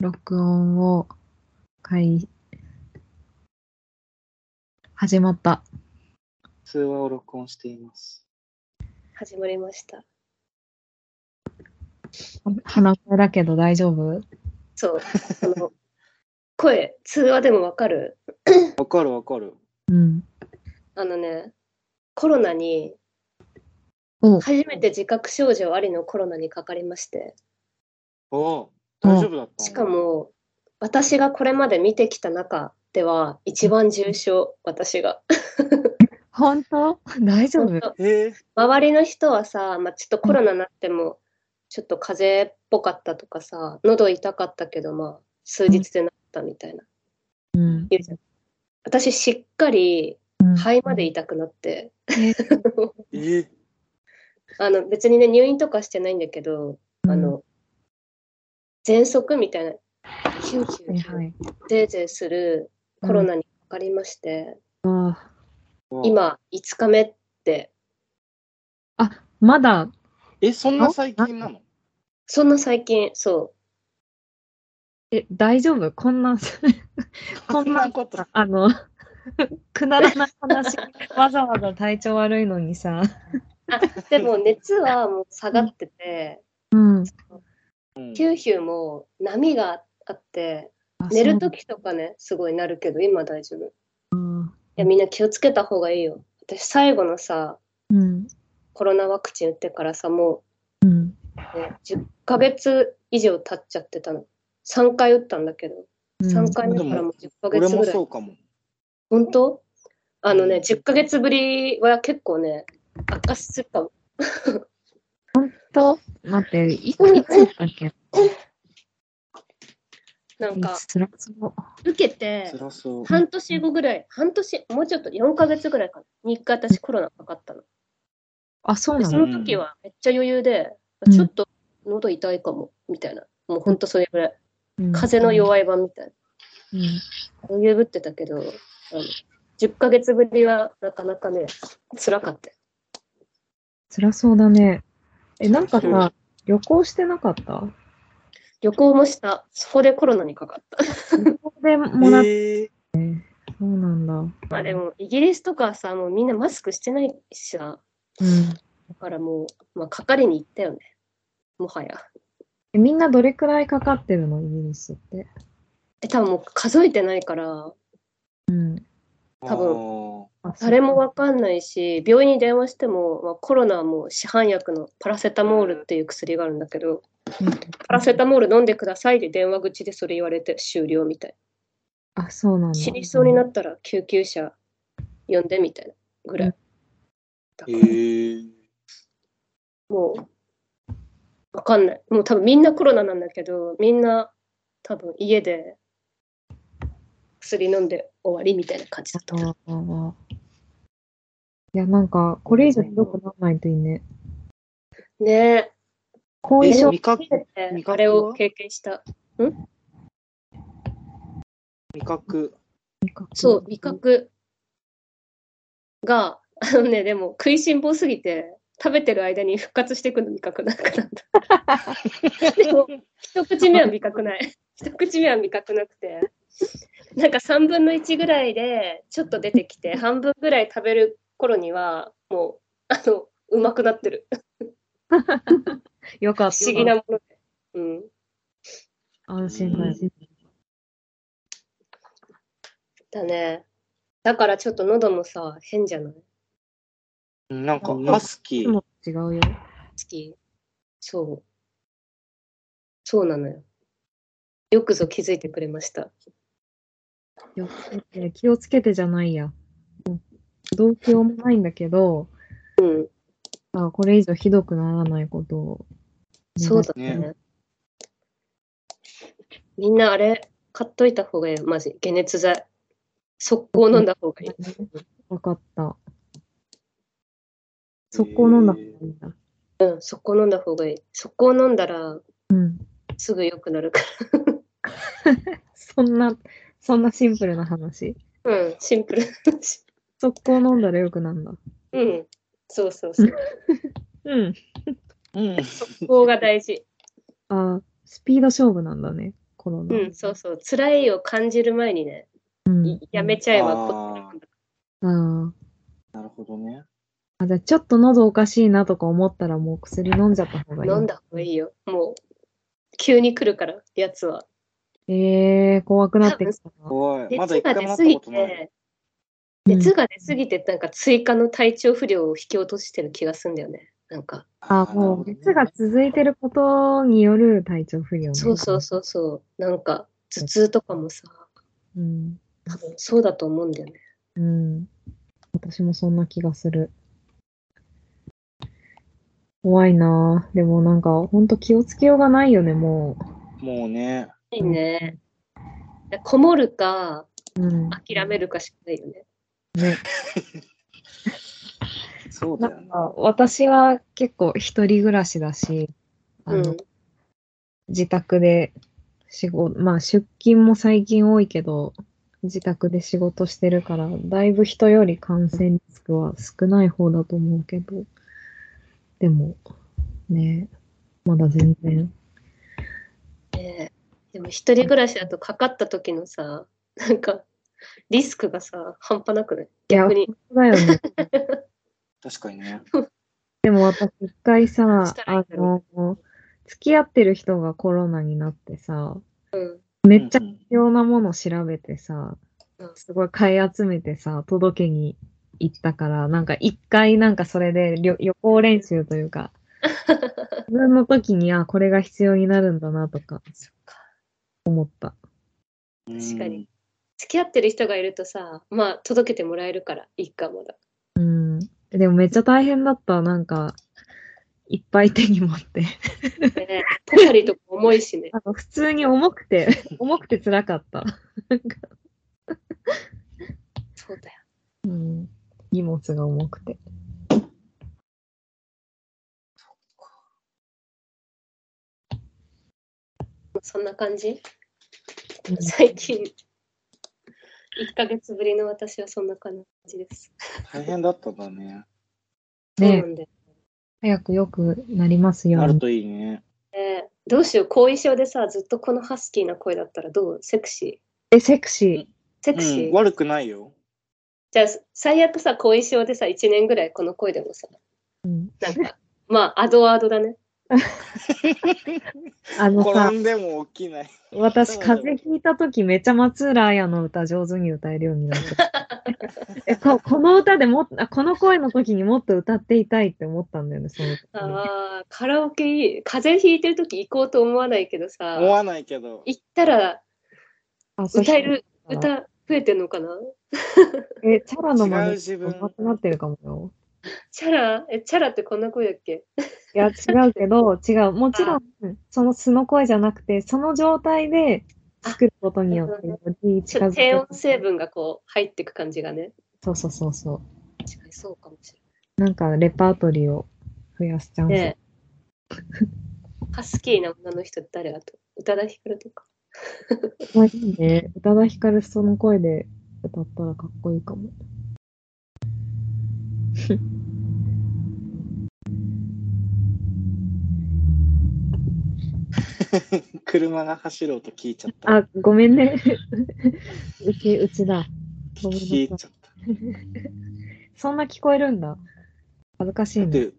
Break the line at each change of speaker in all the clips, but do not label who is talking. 録音を開、始まった。
通話を録音しています。
始まりました。
鼻声だけど大丈夫
そう、あの、声、通話でもわかる
わかるわかる。
うん。
あのね、コロナに、
お
初めて自覚症状ありのコロナにかかりまして、
お大丈夫だったの
しか。も、私がこれまで見てきた中では、一番重症、私が。
本当大丈夫
本当
えー、
周りの人はさ、まあ、ちょっとコロナになっても、ちょっと風邪っぽかったとかさ、喉痛かったけど、まあ、数日でなったみたいな。
うん。
言うじゃん私、しっかり
うん
肺まで痛くなって、
えー
えー、
あの別にね入院とかしてないんだけど、あの喘息みたいなヒューヒ
は
ュ
い
ー
はい。
ゼーゼーするコロナにかかりまして、
あ
今5日目って
まだ、
え、そんな最近なの
そんな最近そ
え、大丈夫こんな、 こんな、
こと。
あの、 くだらない話、わざわざ体調悪いのにさ。
うあでも熱はもう下がってて、
うん。
うん
ヒューヒューも波があって寝るときとかねすごいなるけど今大丈夫いやみんな気をつけた方がいいよ私最後のさ
うん。
コロナワクチン打ってからさもう
うん。
ね10ヶ月以上経っちゃってたの。3回打ったんだけど、3回目からもう10ヶ
俺
月
も
ぐら
そ
い。
うかも。
本当あの
う
ね、
ん
10ヶ月ぶりは結構ね、悪化するかも。
と、待って、いいつだったっけ
なんか、
辛そう。
受けて、
辛そう。
半年後ぐらい、半年、もうちょっと4ヶ月ぐらいかな。に1回私コロナかかったの。
あ、そう
で
な
そ
の
の時はめっちゃ余裕で、
うん
ちょっと喉痛いかも、みたいな。もうほんとそれぐらい。風邪の
い。
弱い版みたいな。
うん
余裕ぶってたけど、あの10ヶ月ぶりはなかなかね、辛かったよ。
辛そうだね。え、なんか
う
さ、旅行してなかった
旅行もした。そこでコロナにかかった。
旅行でもらっ
えー、
そうなんだ。う
まあでも、イギリスとかはさ、もうみんなマスクしてないしさ、
ん
だからもう、まあ、かかりに行ったよね。もはや。
えみんなどれくらいかかってるのイギリスって。
え、多分もう数えてないから、
うん。
多
分。
あ
誰もわかんないし、病院に電話しても、まあ、コロナはもう市販薬のパラセタモールっていう薬があるんだけど、
うん
パラセタモール飲んでくださいで電話口でそれ言われて終了みたいな。
あ、そうなんだ。
死にそうになったら救急車呼んでみたいなぐらい。だ
え
から
ー、
もう、わかんない。もう多分みんなコロナなんだけど、みんな多分家で薬飲んで終わりみたいな感じだった。
あーいや、なんか、これ以上ひどくならないといいね。
ね
後
え
遺症、
味覚
え、初めて
味覚は
あれを経験した。
味覚。
そう、味覚が、あのね、でも食いしん坊すぎて、食べてる間に復活してくる味覚なくなった。で も、一口目は味覚ない。一口目は味覚なくて。なんか3分の1ぐらいでちょっと出てき て、半分ぐらい食べる頃には、もう、あの、うまくなってる。
よかっ
不
た。
思議なもので。うん。
安心だよ。
だね。だからちょっと喉もさ、変じゃない好
なんか、ハスキ
いつ
ー。
も違うよ。
き。そう。そうなのよ。よくぞ気づいてくれました。
よえ気をつけてじゃないや。どうしようもないんだけど、
うん。
あこれ以上ひどくならないことを。
そうだね。
ね
みんなあれ、買っといた方がいいよ、マジ。解熱剤。速攻飲んだ方がいい。
わかった。速攻飲んだ方がいいんだ。
うん、速攻飲んだ方がいい。速攻飲んだら
うん。
すぐ良くなるか
そんな、そんなシンプルな話。
ら。うん、シンプル。
速攻飲んだらよくなんだ。
うん、そうそう そう。
うん。
うん。
速攻が大事。
あスピード勝負なんだね。コロナ。
うん、そうそう。辛いを感じる前にね、
うん
やめちゃえば
うん
こっちなんだ
あ
なるほどね。
あ。あ、じゃあちょっと喉おかしいなとか思ったらもう薬飲んじゃった方がいい。
飲んだ方がいいよ。もう、急に来るから、やつは。
ええ怖くなってきたな。
おい、まだ
熱
一
が
回もなっ
出す
たこ
ぎ
とない。
て、熱が出すぎて、なんか追加の体調不良を引き落としてる気がするんだよね。なんか、
あ、
なる
も
ほ
う
どね
熱が続いてることによる体調不良、
そうそうそうそう。なんか、頭痛とかもさ、
う。うん。
多分そうだと思うんだよね。
うん。私もそんな気がする。怖いなぁ。でもなんか、ほんと気をつけようがないよね、も
もうね。
いいね。こもるか、
う。うん。
諦めるかしかないよね。
ね。
そう
な
だよ
ん
ね。
か、私は結構一人暮らしだし、あ
う
の、
ん。
自宅で仕事、まあ出勤も最近多いけど、自宅で仕事してるから、だいぶ人より感染リスクは少ない方だと思うけど、でも、ね、まだ全然。
ねえでも一人暮らしだとかかった時のさ、なんか、リスクがさ、半端なくない
いや
逆に。
だよ ね。
確かにね。
でも私一回
し
さ、
たらいい
あ
だろ
の、付き合ってる人がコロナになってさ、
うん。
めっちゃ
うんうん
必要なもの調べてさ
うん、
すごい買い集めてさ、届けに行ったから、なんか一回なんかそれで旅予行練習というか、自分の時に、あ、これが必要になるんだなとか
そっか。
思った。
確かに。付き合ってる人がいるとさ、まあ、届けてもらえるから、いいか、まだ。
うん。でもめっちゃ大変だった。なんか、いっぱい手に持って。
ね え、ポカリとか重いしね。
あの普通に重くて、重くて辛かった。
そうだよ。
うん。荷物が重くて。
そんな感じ
うん
最近。1ヶ月ぶりの私はそんな感じです。
大変だったんだね。
ねえ
そうなんだよ
早く良くなりますよ
な
う
る
に。
といいね。
ねえどうしよう、後遺症でさ、ずっとこのハスキーな声だったらどうセクシー
え、セクシ
セクシー、
うん、悪くないよ。
じゃあ、最悪さ、後遺症でさ、1年ぐらいこの声でもさ、
ー。うん。
なんか、まあ、アドアドだね。
あのさ
転、んでも起きない。
私、
そう
風邪ひいたとき、めっちゃ松浦綾の歌上手に歌えるようにな った。えここの歌でもっあこの声の時にもっと歌っていたいって思ったんだよね、その時
ああ、カラオケいい。風邪ひいてるとき行こうと思わないけどさ
思、わないけど。
行ったら
あそう
歌える
人だ
歌増えてんのかな
え、チャラの真
違う
似
自分
上手くなってるかもよ。
チャラえ、チャラってこんな声だっけ
いや、違うけど、違う。もちろん、その素の声じゃなくて、その状態で作ることによって、より
ち
近
ょっ
づ
と
ける
低音成分がこう入ってく感じがね。
そうそうそうそう。
確かにそうかもし
なんか、レパートリーを増やすチャン
れ
ス。
ない。ねえハスキーな女の人って誰だと宇多田ヒカルとか。
まあいいね。宇多田ヒカルその声で歌ったらかっこいいかも。
車が走ろうと聞いちゃった。
あ、ごめんね。 うち、うちだ。ごめんなさ
聞
い
いちゃった。
そんな聞こえるんだ。恥ずかしいね。
で、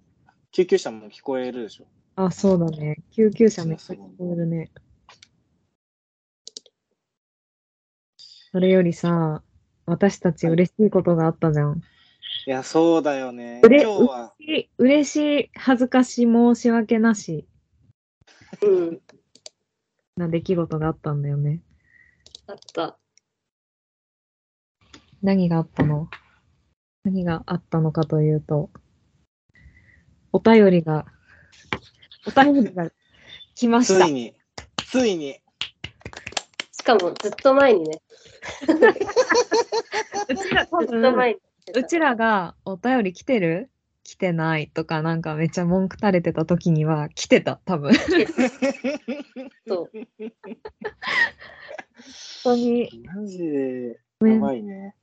救急車も聞こえるでしょ。
あ、そうだね。救急車めっちゃ聞こえるね。それよりさ、私たち嬉しいことがあったじゃん。
いや、そうだよね。
うれ
今日は、
嬉しい、恥ずかしい、申し訳なし
うん、
な出来事があったんだよね。
あった。
何があったの何があったのかというと、お便りが、お便りが来ま
つ
した
い。に、ついに、
しかもずっと前にね。
うちら多
ずっと前
分、
に。
うちらがお便り来てる来てないとか、なんかめっちゃ文句垂れてた時には来てた、多分。本
そう
当に。
マジで、
ごめ
や
ん
ばいね。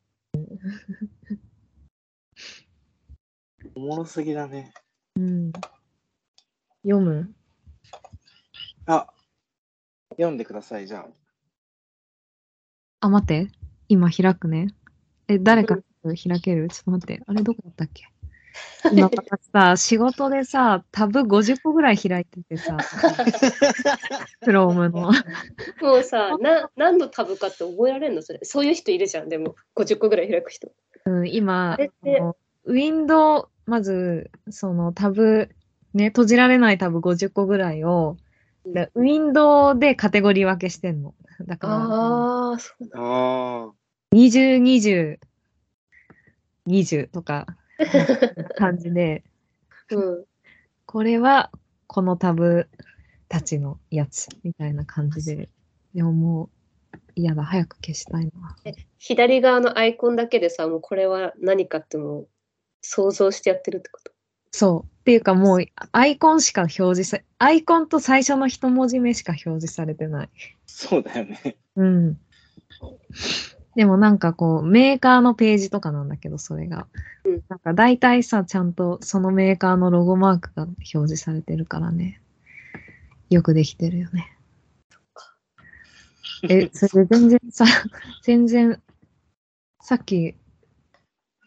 おもろすぎだね。
うん、読む
あ、読んでください、じゃあ。
あ、待って。今開くね。え、誰か開けるちょっと待って。あれ、どこだったっけ今私さ、仕事でさ、タブ50個ぐらい開いててさ、クロームの。
もうさ、な何のタブかって覚えられんのそれ。そういう人いるじゃん、でも。50個ぐらい開く人。
うん、今
あれっ、
あ
て
のウィンドウ、まず、そのタブ、ね、閉じられないタブ50個ぐらいを、だウィンドウでカテゴリー分けしてんの。だから、
ああ、そうだ。
ああ。
20、20、20とか、なんか感じで、
うん。
これはこのタブたちのやつみたいな感じで。でももう嫌だ、早く消したいな。
左側のアイコンだけでさ、もうこれは何かってもう想像してやってるってこと。
そう。っていうかもうアイコンしか表示さ、アイコンと最初の一文字目しか表示されてない。
そうだよね。
うん。でもなんかこう、メーカーのページとかなんだけど、それが。
うん
なんか大体さ、ちゃんとそのメーカーのロゴマークが表示されてるからね。よくできてるよ ね。え、それで全然さ、 全然、さっき、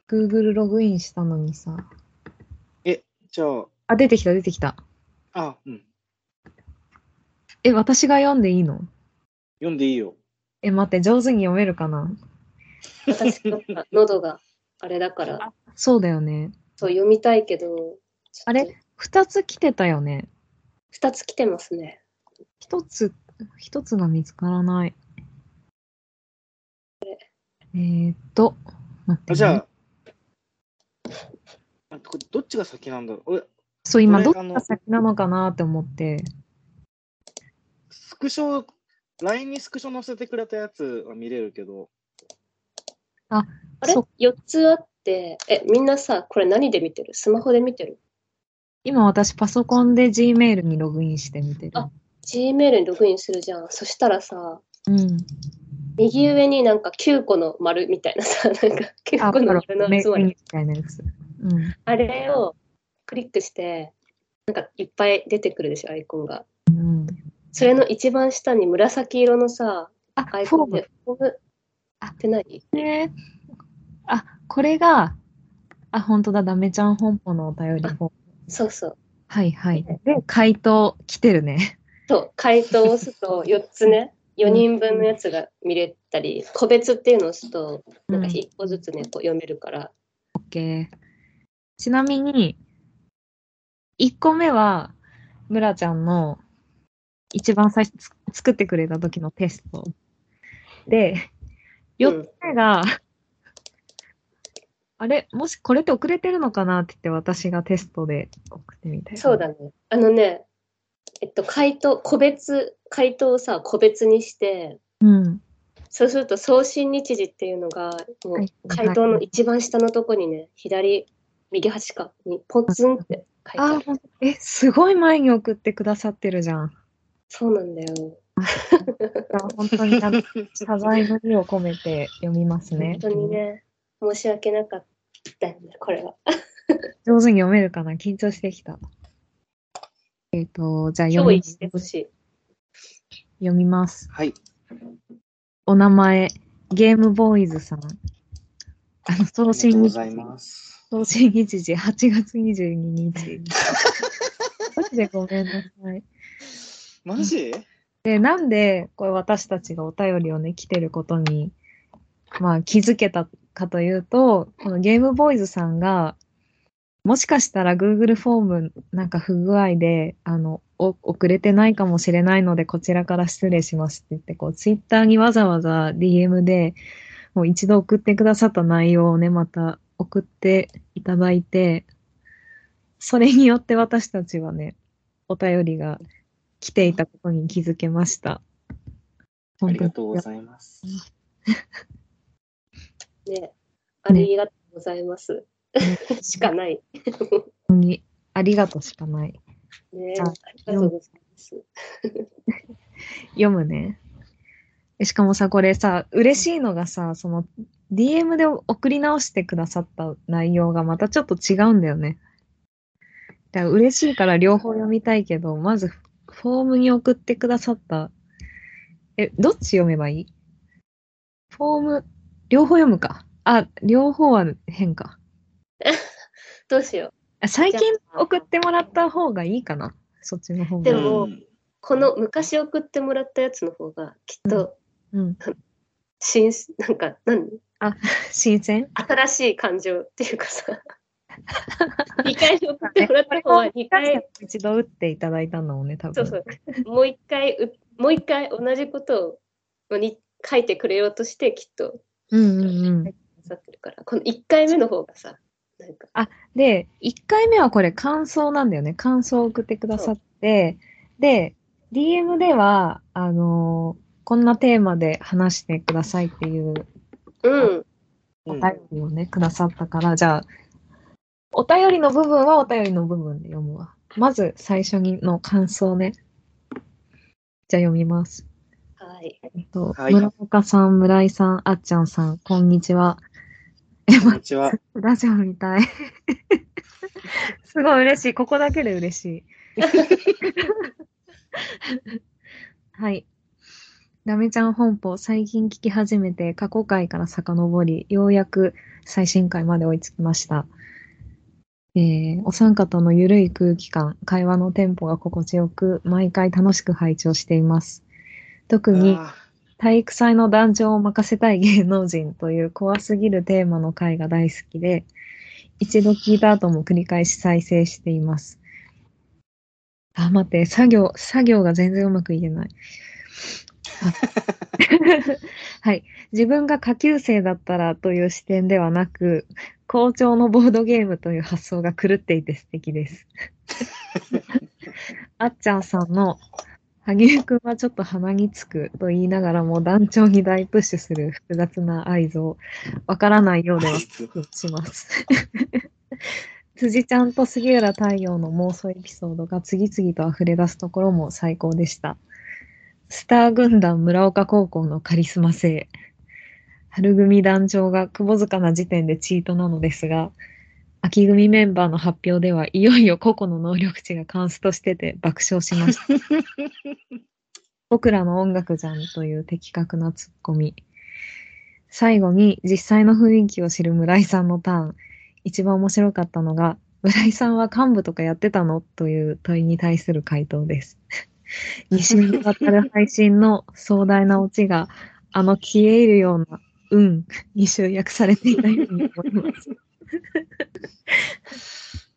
Google ログインしたのにさ、
じゃあ、
あ、出てきた、出てきた。
あ、うん。
え、私が読んでいいの
読んでいいよ。
え、待って、上手に読めるかな
私なんか喉があれだから、
そうだよね。
そう読みたいけど、
あれ二つ来てたよね。
?2 つ来てますね。
一つ、一つが見つからない。えー、っと、待って、
あ、じゃあ、あこれどっちが先なんだろう。俺、
そう、今、ど
こ
っ
れ
ちが先なのかなって思って、
スクショ、LINE にスクショ載せてくれたやつは見れるけど、
あれ
そう
?4 つあって、え、みんなさ、これ何で見てるスマホで見てる
今私、パソコンで Gmail にログインしてみてる。
あ ?Gmail にログインするじゃん。そしたらさ、
うん。
右上になんか9個の丸みたいなさ、 なんか9
あ、
個
だ
の
から
丸、の
メ
集ま
メニューみ。
り
たいなやつ。うん。
あれをクリックして、なんかいっぱい出てくるでしょ、アイコンが。
うん、
それの一番下に紫色のさ、
あ、
アイ
フォ
コ
ー
ン
ム
で、フォーム
あ
って何
ね。あ、これが、あ、本当だ、ダメちゃん本舗のお便りフォーム。
そうそう。
はいはい。で、回答来てるね。
そう、回答を押すと4つね、4人分のやつが見れたり、個別っていうのを押すと、なんか
うん
1個ずつね、こう読めるから、
OK。ちなみに、1個目は、ムラちゃんの一番最初つ作ってくれた時のテスト。で、4つ目が、あれ、もしこれって遅れてるのかなって言って私がテストで送ってみたいな。
そうだね。あのね、えっと、回答、個別、回答をさ、個別にして、
うん。
そうすると送信日時っていうのが、も
はいう
回答の一番下のとこにね、左、右端かにポツンって書いてあ
あ
る。
ー、え、すごい前に送ってくださってるじゃん。
そうなんだよ。
本当にあ の謝罪の意を込めて読みますね
本。当にね、申し訳なかったよね、これは。
上手に読めるかな緊張してきた。えっ、と、じゃあ読
憑
み
依してほしい。
読みます。
はい。
お名前、ゲームボーイズさん。あの、
あ
送
りがと
信
うご
日
ざい
時、
ます。
送信日時、8月22日。マジでごめんなさい。
マジ
で、なんで、これ私たちがお便りをね、来てることに、まあ気づけたかというと、このゲームボーイズさんが、もしかしたら Google フォームなんか不具合で、あの、お遅れてないかもしれないので、こちらから失礼しますって言って、こう、Twitter にわざわざ DM で、もう一度送ってくださった内容をね、また送っていただいて、それによって私たちはね、お便りが来ていたことに気づけました。
あ
本
り
当
が
に
とうございます。
ね、ありがとうございます。しかない。
ありがとうしかない。
ね、
じゃあ
ありがとうございます。
読むね。えしかもさ、これさ、嬉しいのがさ、その DM で送り直してくださった内容がまたちょっと違うんだよね。だから嬉しいから両方読みたいけど、まずフォームに送ってくださったえ、どっち読めばいいフォーム、両方読むか。あ、両方は変か。
どうしよ
あ最近
じゃあ
送ってもらった方がいいかな。そっちの方が。
でも
うん
う。この昔送ってもらったやつの方が、きっと
うん。
新、なんか、何
新鮮
新しい感情っていうかさ。2回送 ってもらった方は2回、
一度打っていただいたんだもんね、多分。
そうそう。もう一回う、もう一回同じことをに書いてくれようとして、きっと、
うんうんうん。
さってるから、この1回目の方がさ、なんか、
で、1回目はこれ感想なんだよね。感想を送ってくださって、で、DM では、あのーこんなテーマで話してくださいっていう
うん、
お便りをね、くださったから、じゃあ、お便りの部分はお便りの部分で読むわ。まず最初にの感想ね。じゃあ読みます。
はい。
えっと、
はい
村岡さん、村井さん、あっちゃんさん、こんにちは。
こんにちは。
ラジオみたい。すごい嬉しい。ここだけで嬉しい。はい。ラメちゃん本舗、最近聞き始めて、過去回から遡り、ようやく最新回まで追いつきました。えーお三方のゆるい空気感、会話のテンポが心地よく、毎回楽しく拝聴しています。特に、
あ
体育祭の壇上を任せたい芸能人という怖すぎるテーマの回が大好きで、一度聞いた後も繰り返し再生しています。あ、待って、作業、作業が全然うまく言えない。あ はい。自分が下級生だったらという視点ではなく、校長のボードゲームという発想が狂っていて素敵です。あっちゃんさんの萩生くんはちょっと鼻につくと言いながらも団長に大プッシュする複雑な合図をわからないようではします。 辻ちゃんと杉浦太陽の妄想エピソードが次々と溢れ出すところも最高でした。スター軍団村岡高校のカリスマ性。春組団長が窪塚な時点でチートなのですが、秋組メンバーの発表ではいよいよ個々の能力値がカンストしてて爆笑し ました。僕らの音楽じゃんという的確なツッコミ。最後に実際の雰囲気を知る村井さんのターン。一番面白かったのが、村井さんは幹部とかやってたのという問いに対する回答です。2週にわたる配信の壮大なオチが、あの消え入るような、うん、に集約されていたように思います。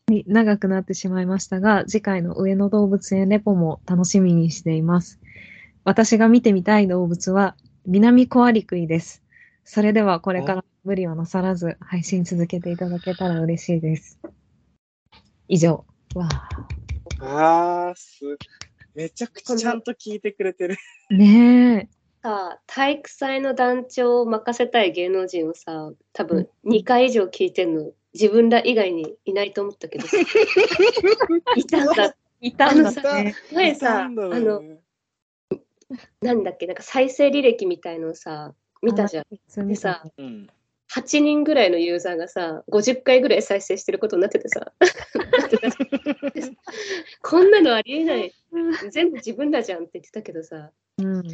に長くなってしまいましたが、次回の上野動物園レポも楽しみにしています。私が見てみたい動物は、南コアリクイです。それではこれから無理はなさらず、配信続けていただけたら嬉しいです。以上。わあ。
あーす。めちゃくちゃちゃんと聞いてくれてる。
ねえ。
さ、体育祭の団長を任せたい芸能人をさ、多分2回以上聞いてんの、自分ら以外にいないと思った けどさ、いたんだ。
いた
んだ
ね
前さ、
い
あ
たんだろう
の、
ね
なんだっけ、なんか再生履歴みたいのをさ、見たじゃん。。
でさ、
うん。
8人ぐらいのユーザーがさ、50回ぐらい再生してることになってて さ、こんなのありえ ない、全部自分らじゃんって言ってたけどさ、
うん。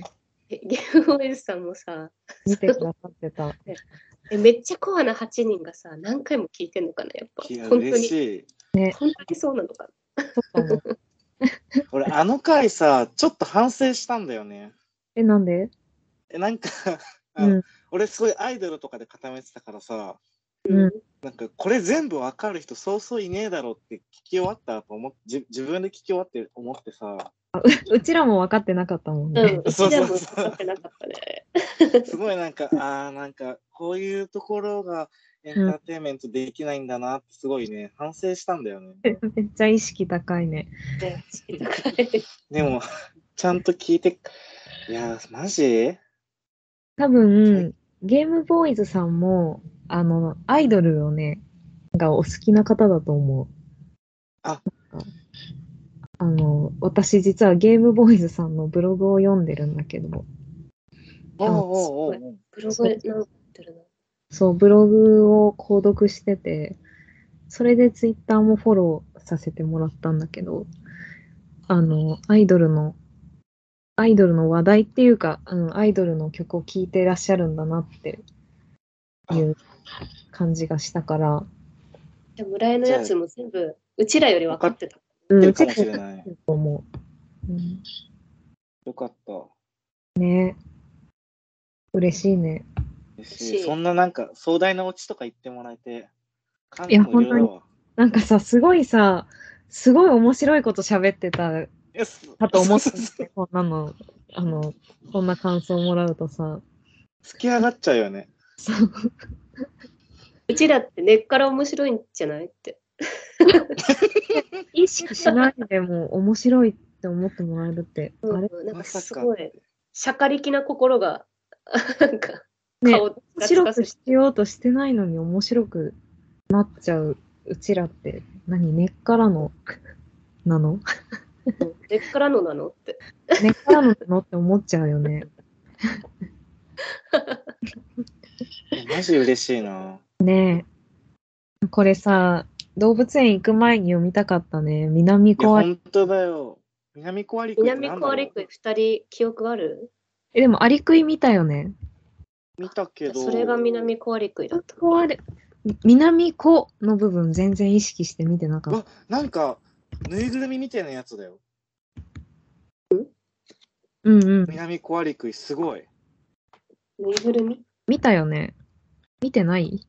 えゲームオイルさんもさ、
見てくださってた。
えめっちゃコアな8人がさ、何回も聞いてんのかな、やっぱ。
いや、
本当
嬉
に、
しい。
本当にそうなのかな。
そうかも。
俺、あの回さ、ちょっと反省したんだよね。
え、なんで
え、なんかあの、
うん。
俺、すごいアイドルとかで固めてたからさ、
うん
なんか、これ全部わかる人、そうそういねえだろって聞き終わったと思って、じ自分で聞き終わって思って さ、
うちらも分かってなかったもん
うん
ね。、
う
そ
ち
うそうそう
でも使ってなかっ たね。
すごいなんか、ああ、なんか、こういうところがエンターテインメントできないんだなって、すごいね、反省したんだよね。
めっちゃ意識高いね。
ねだから
でも、ちゃんと聞いて、いやー、マジ
多分、ゲームボーイズさんも、あの、アイドルをね、がお好きな方だと思う。
あ
なんかあの、私実はゲームボーイズさんのブログを読んでるんだけど、
おうおうおうおう
ブログなんかやってるな。
そう、ブログを購読してて、それでツイッターもフォローさせてもらったんだけど、あの、アイドルのアイドルの話題っていうか、うん、アイドルの曲を聴いてらっしゃるんだなっていう感じがしたから、
じゃあ村井のやつも全部、うちらより分かってた。
う
て
ん、
る
うち
かも
ら
しれない。
うん、
よかった。
ね嬉しいね。
嬉
嬉
し
し
い
い
そんななんか壮大なオチとか言ってもらえて、感
いや
無量だわ。
なんかさ、すごいさ、すごい面白いこと喋ってた
えす
かと思 って
そうそうそう、
こんなの、あの、こんな感想もらうとさ、
突き上がっちゃうよね。
そう
うちらって根っから面白いんじゃないって。
意識しないでも面白いって思ってもらえるって、あれ
うんなんか
まさか
すごい、しゃかりきな心が、 なんか、
ね
顔を
面白くしようとしてないのに面白くなっちゃううちらって何根っからのなの
根っからのなのって。
根っからのなのって思っちゃうよね。
マジ嬉しいな。
ねえ。これさ、動物園行く前に読みたかったね。南
いや、
コアリ。
本当だよ。南コアリクイって
南
なんだ
コ
ろ
ア
う
リクイ二人記憶ある
え、でもアリクイ見たよね。
見たけど。
それが南コアリクイだった。
コアリ。南コの部分全然意識して見てなかった
わ。なんか、ぬいぐるみみたいなやつだよ。
うんうん。
南コアリクイ、すごい。
ぬいぐるみ
見たよね。見てない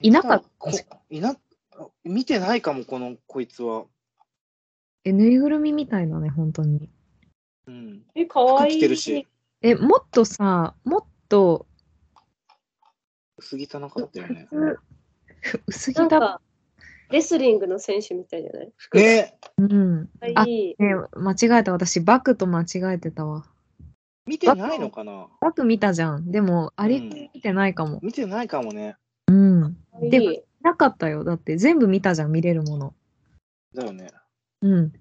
いなかった
こいな、見てないかも、この、こいつは。
え、ぬいぐるみみたいだね、本当に。
うん。
え、かわ
服
い
着
い。
てるし、
え、もっとさ、もっと
薄汚かったよね。
薄
な
着
ん
だ。
か、レスリングの選手みたいじゃない服が
ね
うん。ね、
かわいい。
間違えた。私、バクと間違えてたわ。
見てないのかな
バク見たじゃん。でも、アリ
うん
見てないかも。
見てないかもね。
うん。
かわいい
でもなかったよ。だって、全部見たじゃん、見れるもの。
だよね。
うん。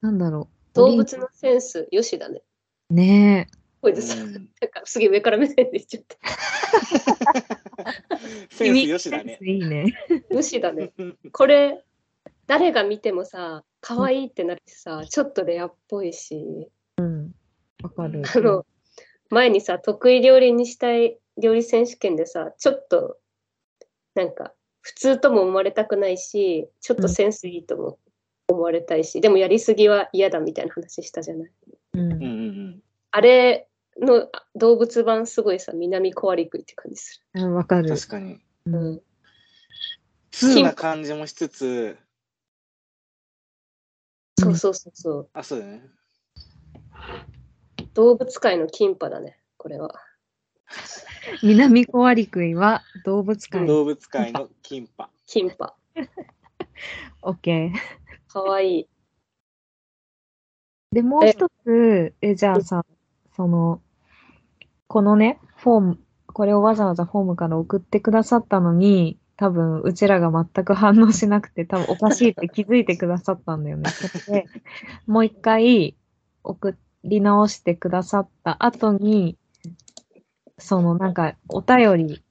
なんだろう。
動物のセンス、よしだね。
ねえ。
こいうつさん、
ん
なんかすげえ上から目線で言っちゃった。
センスよしだね
セ。ンスいいね。
よしだね。これ、誰が見てもさ、可愛いってなるしさ、ちょっとレアっぽいし、
わかる。
あの、前にさ、得意料理にしたい料理選手権でさ、ちょっと、なんか、普通とも思われたくないし、ちょっとセンスいいとも思われたいし、でもやりすぎは嫌だみたいな話したじゃない。
うん。
うんうんうん。
あれのあ動物版すごいさ、南コアリクイって感じす
うん、わかる。
確かに。
う
る。
ん
ん。
通な感じもしつつ、
そうそうそうそう。
あ、そうだね。
動物界のキンパだね、これは。
南コアリクイは動物界。
動物界のキンパ。
キンパ。
オッケー。
かわいい。
で、もう一つ、え、じゃあさ、その、このね、フォーム、これをわざわざフォームから送ってくださったのに、多分、うちらが全く反応しなくて、多分おかしいって気づいてくださったんだよね。それで、もう一回送り直してくださった後に、そのなんか、お便り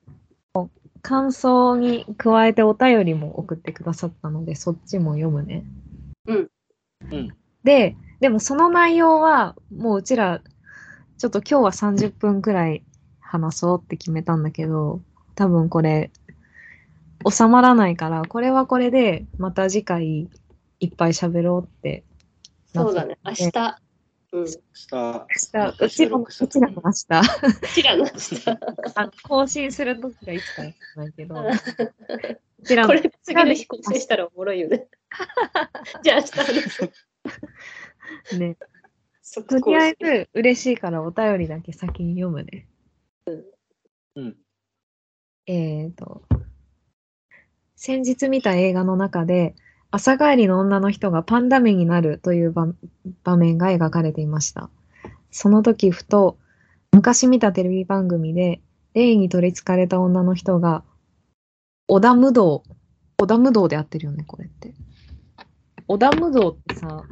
を、感想に加えてお便りも送ってくださったので、そっちも読むね。で、でもその内容は、もううちら、ちょっと今日は30分くらい話そうって決めたんだけど、多分これ、収まらないから、これはこれで、また次回、いっぱい喋ろうって。
そうだね。明日。うん。う
した。
明日、うちらの、うちらの明日、
ちらの明 日。
あの更新する時がいつかわかんない けど、うちら
こ
の、
れ次の日更新したらおもろいよね。 じゃあ明日話
ね、
そう
とりあえず嬉しいからお便りだけ先に読むね。
うん。
えーと、先日見た映画の中で、朝帰りの女の人がパンダ目になるという場場面が描かれていました。その時ふと、昔見たテレビ番組で、霊に取り憑かれた女の人が、織田無道、織田無道で合ってるよね、これって。織田無道ってさ、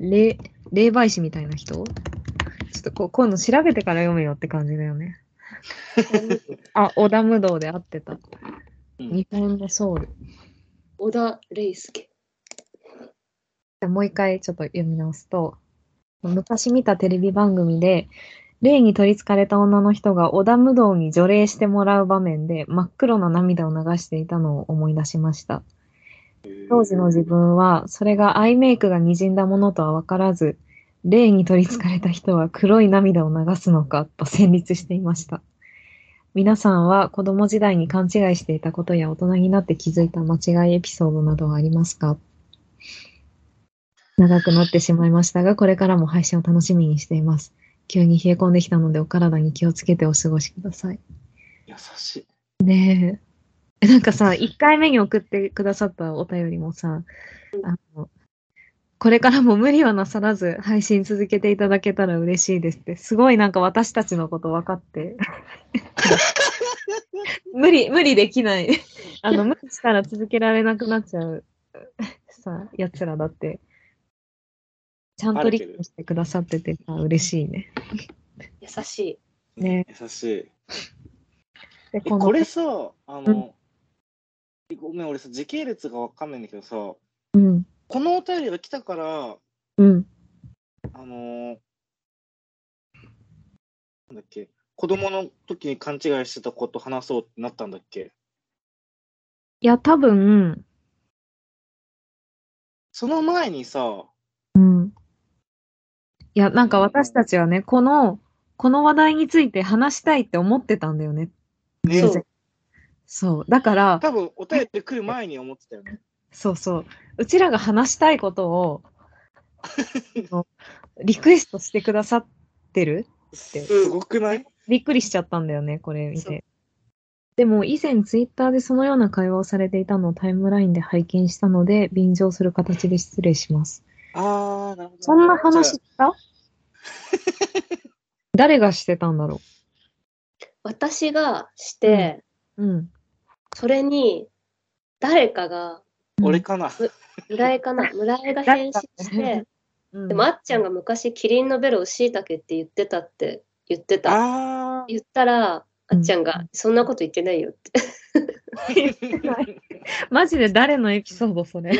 霊、霊媒師みたいな人ちょっとこ今度調べてから読めよって感じだよ ね。あ、織田無道で合ってた。
うん
日本のソウル。
小田レイスケ。
じゃあもう一回ちょっと読み直すと、昔見たテレビ番組で、霊に取り憑かれた女の人が織田無道に除霊してもらう場面で真っ黒な涙を流していたのを思い出しました。当時の自分は、それがアイメイクが滲んだものとは分からず、霊に取り憑かれた人は黒い涙を流すのかと戦慄していました。皆さんは子供時代に勘違いしていたことや大人になって気づいた間違いエピソードなどはありますか長くなってしまいましたが、これからも配信を楽しみにしています。急に冷え込んできたので、お体に気をつけてお過ごしください。
優しい。
ねえ。えなんかさ、1回目に送ってくださったお便りもさ、あの、これからも無理はなさらず配信続けていただけたら嬉しいですって、すごいなんか私たちのこと分か って。無理、無理できない。あの、無理したら続けられなくなっちゃうさ、やつらだって。ちゃんと理解してくださっててさ、嬉しいね。
優しい。
ね
優しい。
で、
え
の
これさ、あの、ごめん、俺さ、時系列がわかんないんだけどさ、
うん、
このお便りが来たから、
うん。
あのーなんだっけ、子供の時に勘違いしてたこと話そうってなったんだっけ。
いや、多分、
その前にさ、
うん。いや、なんか私たちはね、この、この話題について話したいって思ってたんだよね。
ね
そう
そう。だから、
多分お便り来る前に思ってたよね。
そうそう。うちらが話したいことを、 あのリクエストしてくださってる
すごくない
びっくりしちゃったんだよね、これ見て。でも、以前ツイッターでそのような会話をされていたのをタイムラインで拝見したので、便乗する形で失礼します。
あー、なるほど。
そんな
じ
話
ゃ
した 誰がしてたんだろ
私がして、
う。うん。
それに、誰かが、
あ俺かな。
村井かな村井が返信して、
うん
でもあっちゃんが昔、キリンのベロをしいたけって言ってたって言ってた。
あ
言ったら、あっちゃん
う
が、そんなこと言ってないよって。
ー。
マジで誰のエピソードそ れ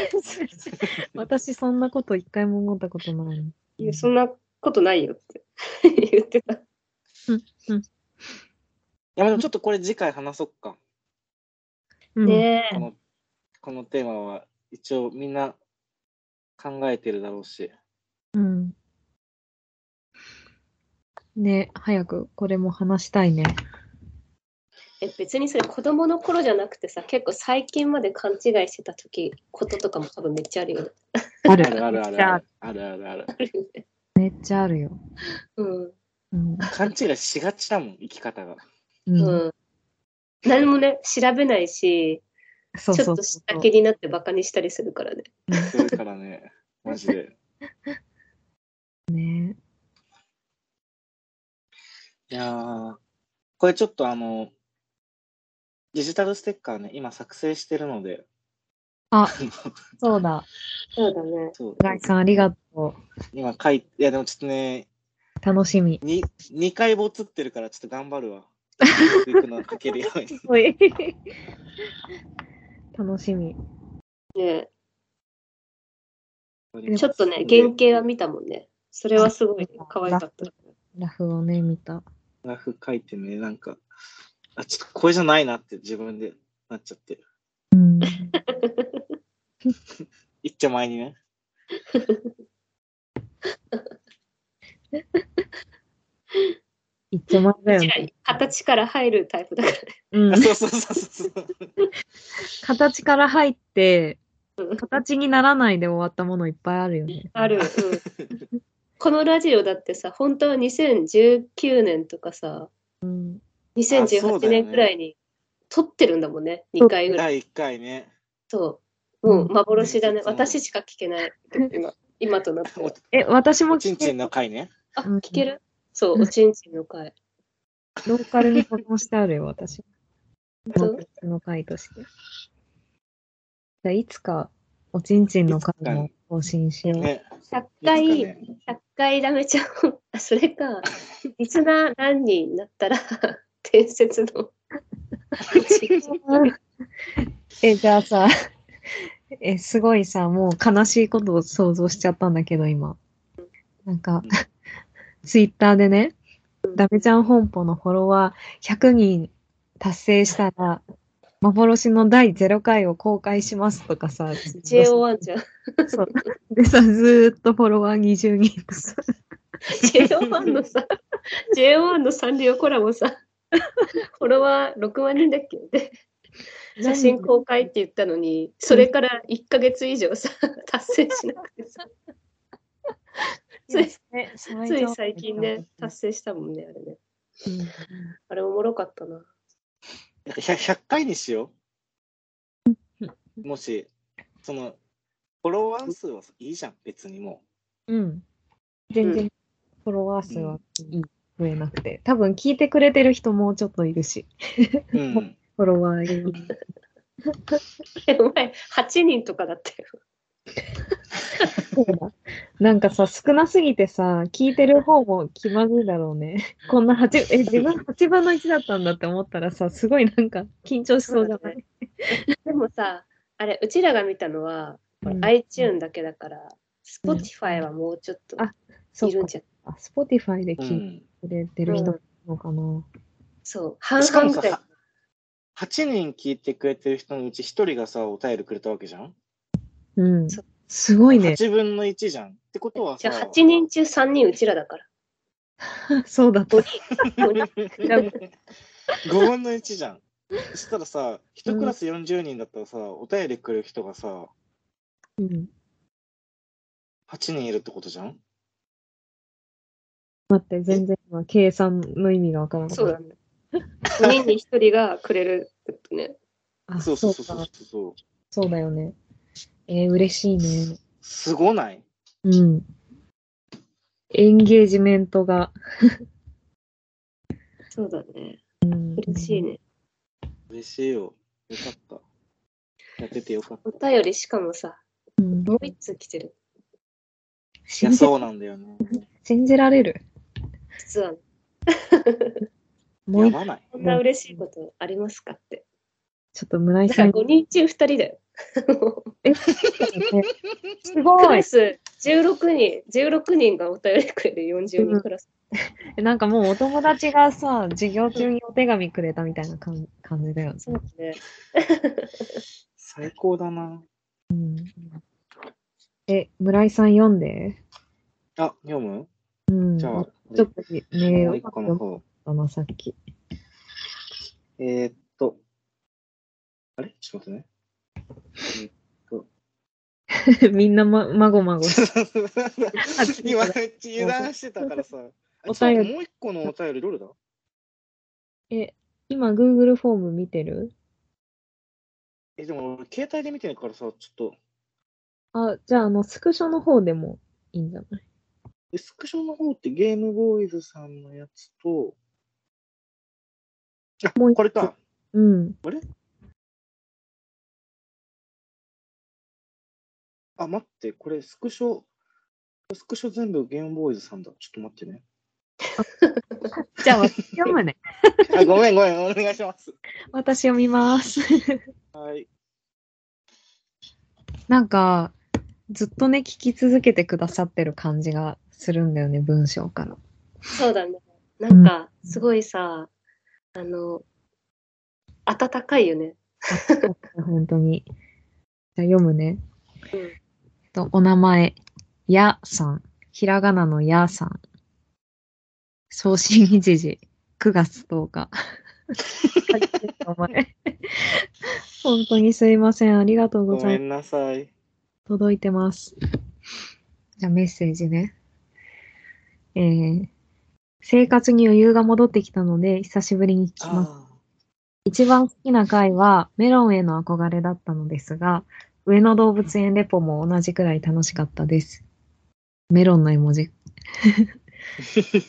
私そんなこと一回も思ったことない。
いや、そんなことないよって 言ってた。
いやでもちょっとこれ次回話そっか。
うん
ね
このこのテーマは一応みんな考えてるだろうし。
うん。ね早くこれも話したいね。
え。え別にそれ子供の頃じゃなくてさ、結構最近まで勘違いしてた時、こととかも多分めっちゃあるよね。
あ
あるあるあ
じ
る
ゃ
あ
あ
る。あるあるある。
めっちゃあるよ。
うん。
うん。
勘違いしがちだもん、生き方が。
うん
うん。何もね、調べないし、
そう
ち
そ
ょ
う
っ
そ
と
う
下気になってバカにしたりするからね。
するから ね。マジで。
ね。
いやー、これちょっとあの、デジタルステッカーね、今作成してるので。
あ、そうだ。
そうだね。
そう
ガイさんありがと
今書いて、いやでもちょっとね、
う。楽しみ。
に2回ボツってるからちょっと頑張るわ。 うまくいくの書けるように。
楽しみ。
ね
本当に
ちょっとね、原型は見たもんね。それはすごい可愛かった。
ラフをね、見た。
グラフ書いてね、なんか、あ、ちょっとこれじゃないなって自分でなっちゃって。
うん。
一丁前にね。
一丁前だよ
うち
ね。
ら形から入るタイプだから。
うん
あ、。そうそうそうそうそう。
形から入って、形にならないで終わったものいっぱいあるよね。
ある。うん、このラジオだってさ、本当は2019年とかさ、
うん。
あそうだ
2018
よね
年くらいに撮ってるんだもんね、2回ぐらい。
第1回ね。
そう。もう幻だね。
うん
私しか聞けない。今、今とな っては。
え、私も
おちん
聞
ち
け
んの回ね。
あ、
うん
聞けるそう、おちんちんの回。
ローカルに保存してあるよ、 私。
当
その回として。じゃあいつか、おちんちんの回も更新しよう。
ね。い
100
つか
回、
ね
100回ダメちゃう。あ、それか。リスナー何人になったら、 伝説 の。
え、じゃあさ、え、すごいさ、もう悲しいことを想像しちゃったんだけど、今。なんか、ツイッターでね、ダメちゃん本舗のフォロワー100人達成したら、幻の第0回を公開しますとかさ、
JO1 じゃん。
そうでさ、ずーっとフォロワー20人とさ、
JO1 のさ、JO1 のサンリオコラボさ、フォロワー6万人だっけで、写真公開って言ったのに、それから1ヶ月以上さ、達成しなくて さ、ついつい最近ね、達成したもんね、あれね。
うん
あれおもろかったな。
100, 回にしよう。もし、その、フォロワー数はいいじゃん、別にも
うん。全然フォロワー数はいい増えなくて。多分聞いてくれてる人もうちょっといるし、
う。うん。
フォロワーが
え、お前、8人とかだったよ。
なんかさ、少なすぎてさ、聞いてる方も気まずいだろうね。 こんな8、え、自分8分の1だったんだって思ったらさ、すごいなんか緊張しそうじゃない、
でもさ、あれ、うちらが見たのは、
うん、
iTune だけだから、
うん
Spotify はもうちょっと
あそ
いうる
か
んじゃ
あ Spotify で
う
聞いてく
ん、
れてる人なのかな、
そう、半
しかも
々ぐらい
さ、8人聞いてくれてる人のうち1人がさ、お便りくれたわけじゃん
うん
そう。
すごいね。
?8 分の1じゃん。ってことは
じ
さ、
ゃあ8人中3人うちらだから。
そうだと。
5分の1じゃん。そしたらさ、1クラス40人だったらさ、お便りくれる人がさ、
うん
8人いるってことじゃん
待って、全然今、計算の意味がわからなかった
そうだね。5人に1人がくれるってね。
あ
そうそうそうそう
か
そうそう。
そうだよね。えー、嬉しいね。
すごない
うん。エンゲージメントが。
そうだね。
うん
嬉しい。ね。
嬉しいよ。よかった。やっててよかった。
お便りしかもさ、
うん
もう1通来てる。
い
信
や、
じ
そうなんだよね。
信じられる。
実は、
もう
や
一
ばない。
こんな嬉しいことありますかって。
ちょっと村井
だか
さ
ら
んに。
5人中2人だよ。
す
ク
ご
ラ
い
ス16人、16人がお便りくれる40人クラス。
なんかもうお友達がさ、授業中にお手紙くれたみたいな感感じだよね。
そうだね。
最高だな。
え、村井さん読んで。
あ、読む
うん。
じ
ち
ゃあ、
ょ
も
っとね、
う一個の
読
方。
ったな、さっき。
えーっと。あれちょっと待ってね。
みんなま、まごまご して。
今、めっちゃ油断してたからさ。
お便り
あちょっともう一個のお便りどれだ
え、今、Google フォーム見てる
え、でも俺、携帯で見てるからさ、ちょっと、
あ、じゃあ、あの、スクショの方でもいいんじゃない
えスクショの方ってゲームボーイズさんのやつと、あ、
もう一個
これか。
うん。
あ、待って、これスクショ、スクショ全部ゲームボーイズさんだ。ちょっと待ってね。
じゃあ、私読むね。
あ、ごめんごめん、お願いします。
私読みます。
はい。
なんか、ずっとね、聞き続けてくださってる感じがするんだよね、文章から。
そうだね。なんか、すごいさ、あの、温かいよね。
本当に。じゃあ、読むね。
うん
えっとお名前、やさん。ひらがなのやさん。送信日時、9月10日。 お前本当にすいません。ありがとう ご
ご
ざいます
め。んなさい。
届いてます。じゃあメッセージね。えー生活に余裕が戻ってきたので、久しぶりに聞きます。
あ
一番好きな回は、メロンへの憧れだったのですが、上野動物園レポも同じくらい楽しかったです。メロンの絵文字。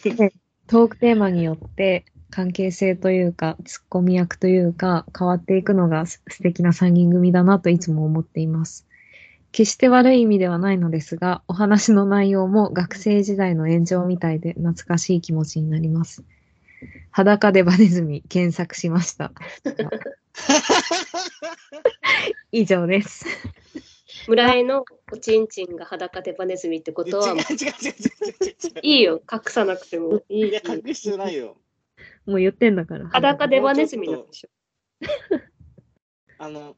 でトークテーマによって、関係性というか、ツッコミ役というか、変わっていくのがす素敵な3人組だなといつも思っています。決して悪い意味ではないのですが、お話の内容も学生時代の炎上みたいで懐かしい気持ちになります。裸でバネズミ検索しました。以上です。
村井のおちんちんが裸でバネズミってこ
違う
とは、
違う違う違う違う違う。
いいよ、隠さなくてもいい。
いや、隠してないよ。
もう言ってんだから。
裸でバネズミなんでしょ。
あの、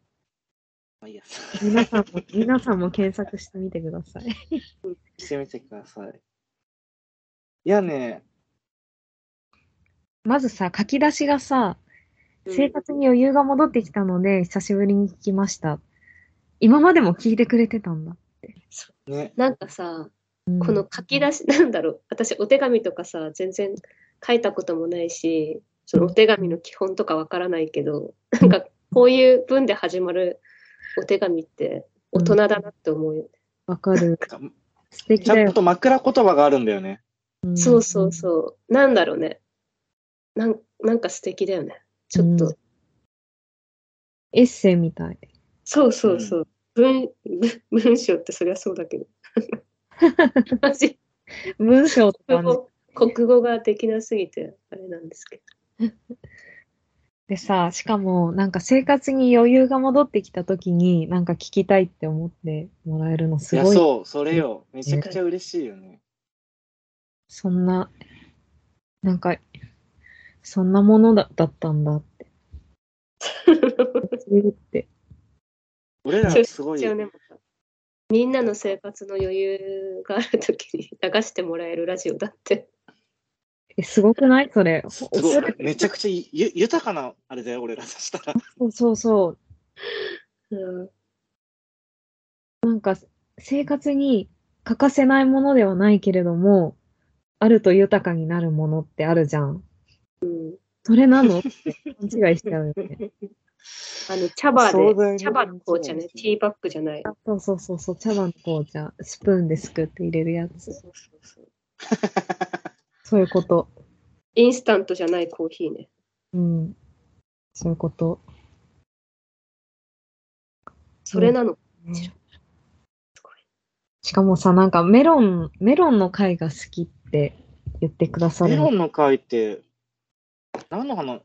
まあ、いいや、
皆さんも、皆さんも検索してみてください。
してみてください。いやね、
まずさ、書き出しがさ、生活に余裕が戻ってきたので、久しぶりに聞きました。今までも聞いてくれてたんだ。
ね、
なんかさ、
うん
この書き出し、なんだろう、私、お手紙とかさ、全然書いたこともないし、そのお手紙の基本とかわからないけど、なんかこういう文で始まるお手紙って大人だなって思うよね。
わか る。
なんか
素敵
ちゃ
だ
ん
よ。
と枕言葉があるんだよね。
そうそうそう。なんだろうね。なんなんか素敵だよね。ちょっと、
うんエッセイみたい。
そうそうそう。文 文文章ってそりゃそうだけど。私
文章とか
国
ね。
語国語ができなすぎてあれなんですけど。
でさ、しかも、なんか生活に余裕が戻ってきた時に、なんか聞きたいって思ってもらえるの
い
す
や、
ごい。
そう、それよ。めちゃくちゃ嬉しいよね。
そんな、なんか、そんなものだだったんだって。知れるって。
俺らすごい
一応
よ、
ねまたみんなの生活の余裕があるときに 流してもらえるラジオだって。
え、すごくないそれ。
す
お
ご
そ
い
れ。
めちゃくちゃゆゆ豊かな、あれだよ、俺らとしたら。
そうそうそう。
うん、
なんか生活に欠かせないものではないけれども、あると豊かになるものってあるじゃん。
うん、
それなのって勘違いしちゃうよね。
あの茶葉
壮大
で、
な
茶葉の紅茶
そ
ね
う、ですね
ティーバッグじゃない。
あそうそうそうそう、茶葉の紅茶、スプーンですくって入れるや
そう
つ。
そうそう
そういうこと。
インスタントじゃないコーヒーね。
うん。そういうこと。
それなの。
うん
すごい
しかもさ、なんかメロン、メロンの回が好きって言ってくださ
メ
るの。
ロンの会って、何の話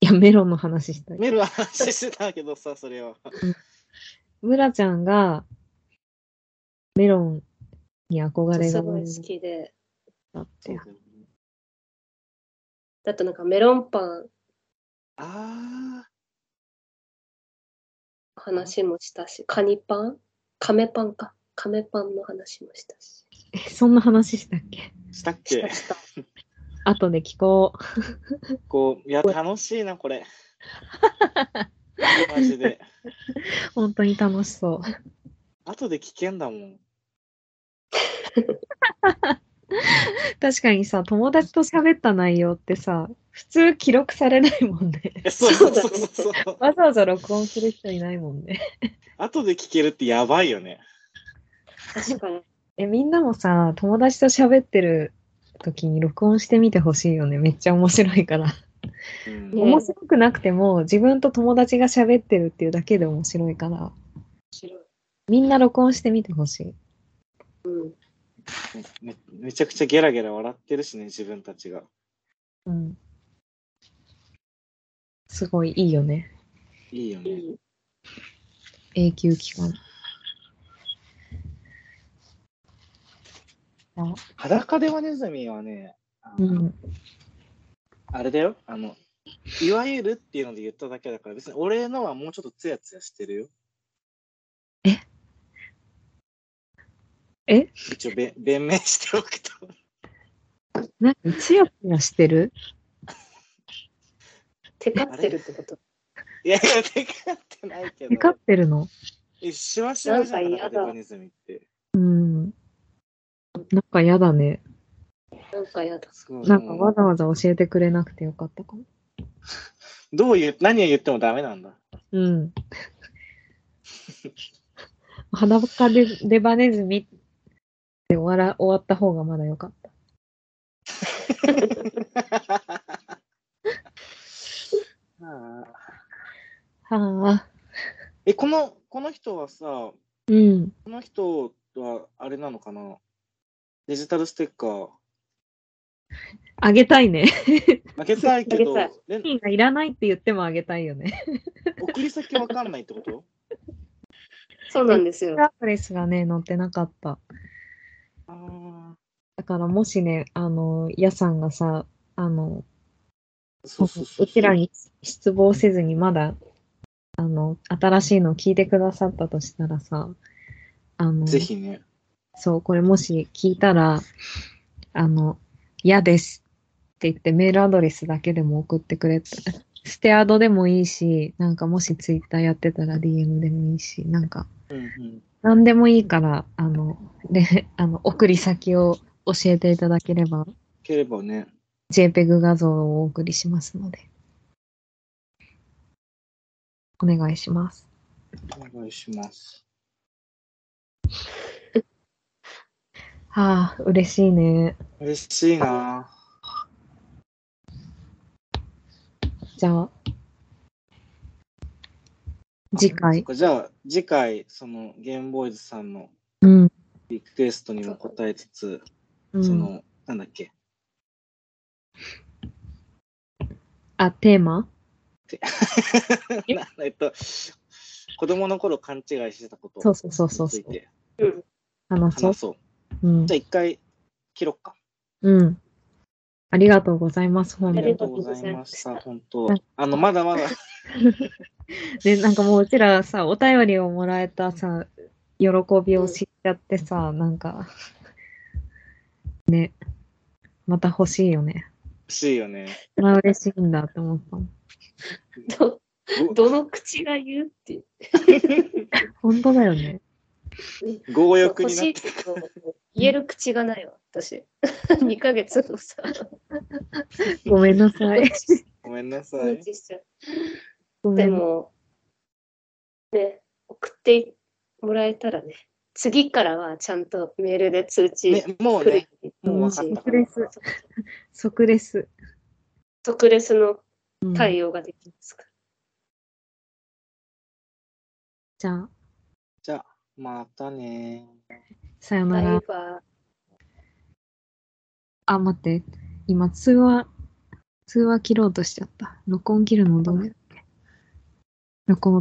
いや、メロンの話したい。
メロンの話してたけどさ、それは。
村ちゃんがメロンに憧れ
す
が
ごい好
っ
きで。
たって。
だとなんかメロンパンの
あ
話もしたし、カニパンカメパンか。カメパンの話もしたし。
えそんな話したっけ
ー、したっ
した
け
した。
後で聞こ
こう、いや、楽しいな、これ。マジで。
う。本当に楽しそう。
後で聞けんだもん。
確かにさ、友達と喋った内容ってさ、普通記録されないもん ね。
えそうそうそうそうそう。
わざわざ録音する人いないもんね。
後で聞けるってやばいよね。
確かに。
え、みんなもさ、友達と喋ってる時に録音してみてほしいよね。めっちゃ面白いから。
うん
ね
面白くなくても、自分と友達が喋ってるっていうだけで面白いから、
面白い
みんな録音してみてほしい。
うん。
めめちゃくちゃゲラゲラ笑ってるしね、自分たちが。
うん。すごいいいよね。
いいよ
い
ね。
い。
永久期間。あ
裸ではネズミはね、あ
う
の
ん。
あれだよ。あの、いわゆるっていうので言っただけだから、別に俺のはもうちょっとツヤツヤしてるよ。
ええ
一応べ、弁明しておくと。
なんか、つやつやしてる
テカってるってこと。
いやいや、テカってないけど。
テカってるの
え、しわしわじゃん、
なんか
裸
嫌だ
ではネズミって。
うん。なんかやだね。
なんかやだ。
すごい
なんか
もう
わざわざ教えてくれなくてよかったかも。
どういう、何を言ってもダメなんだ。
うん。 裸でデバネズミで終わら終わった方がまだよかった。
ああ
はあ。
え、この、この人はさ、こ
うん。
の人はあれなのかなデジタルステッカー。
あげたいね。
あげたいけど
あげ、
本
で
人がいらないって言ってもあげたいよね。
送り先わかんないってこと
そうなんですよ。
アドレ スがね、載ってなかった。
あー
だからもしね、あの、ヤさんがさ、あの、
そうそうそう
うちらに失望せずにまだ、あの、新しいのを聞いてくださったとしたらさ、あの、
ぜひね。
そう、これもし聞いたら、あの、嫌ですって言ってメールアドレスだけでも送ってくれた。ステアドでもいいし、なんかもしツイッターやってたら DM でもいいし、なんか、
うんうん
なんでもいいから、あの、ね、 あの、送り先を教えていただければ、
ければね。
JPEG 画像をお送りしますので。お願いします。
お願いします。
はあ、嬉しいね。
嬉しいな
じゃあ、次回。
ぁじゃあ、次回、その、ゲームボーイズさんの
うん。
リクエストにも答えつつ、
う
そ
ん、
の、なんだっけ。
あ、テーマえ
なえっと、子供の頃勘違いしてたこと
そうそうそうそう
について
うん。
話そう
話。そう。
うん
じゃあ、一回切ろっか。
うん。ありがとうございます、
あ
本当
り
に
がとうございました。本当
はい。
あの、まだまだ、
で、なんかもううちらさ、お便りをもらえたさ、喜びを知っちゃってさ、なんか、ね、また欲しいよね。
欲しい よね。
まあ嬉しいんだって思ったもん。
ど、
ご
どの口が言うっていう。
本当だよね。
強欲
欲
になっ
しい
て、
けど、言える口がないわ、私。2ヶ月のさ、
ごめんなさい。
ごめんなさ
放
い。
置しちゃっ
ごめ
て
んな
も、ね、送ってもらえたらね、次からはちゃんとメールで通知
ね、もう
来るよ
ね、
うに。
もう分かったから
うん即レス即レス。
即レスの
うん
対応ができますか
じゃあ、
じゃあ、またね
さよな
ら。バイ
ら。
バイ。
あ、待って。今、通話、通話切ろうとしちゃった。録音切るのどうやるっけ録音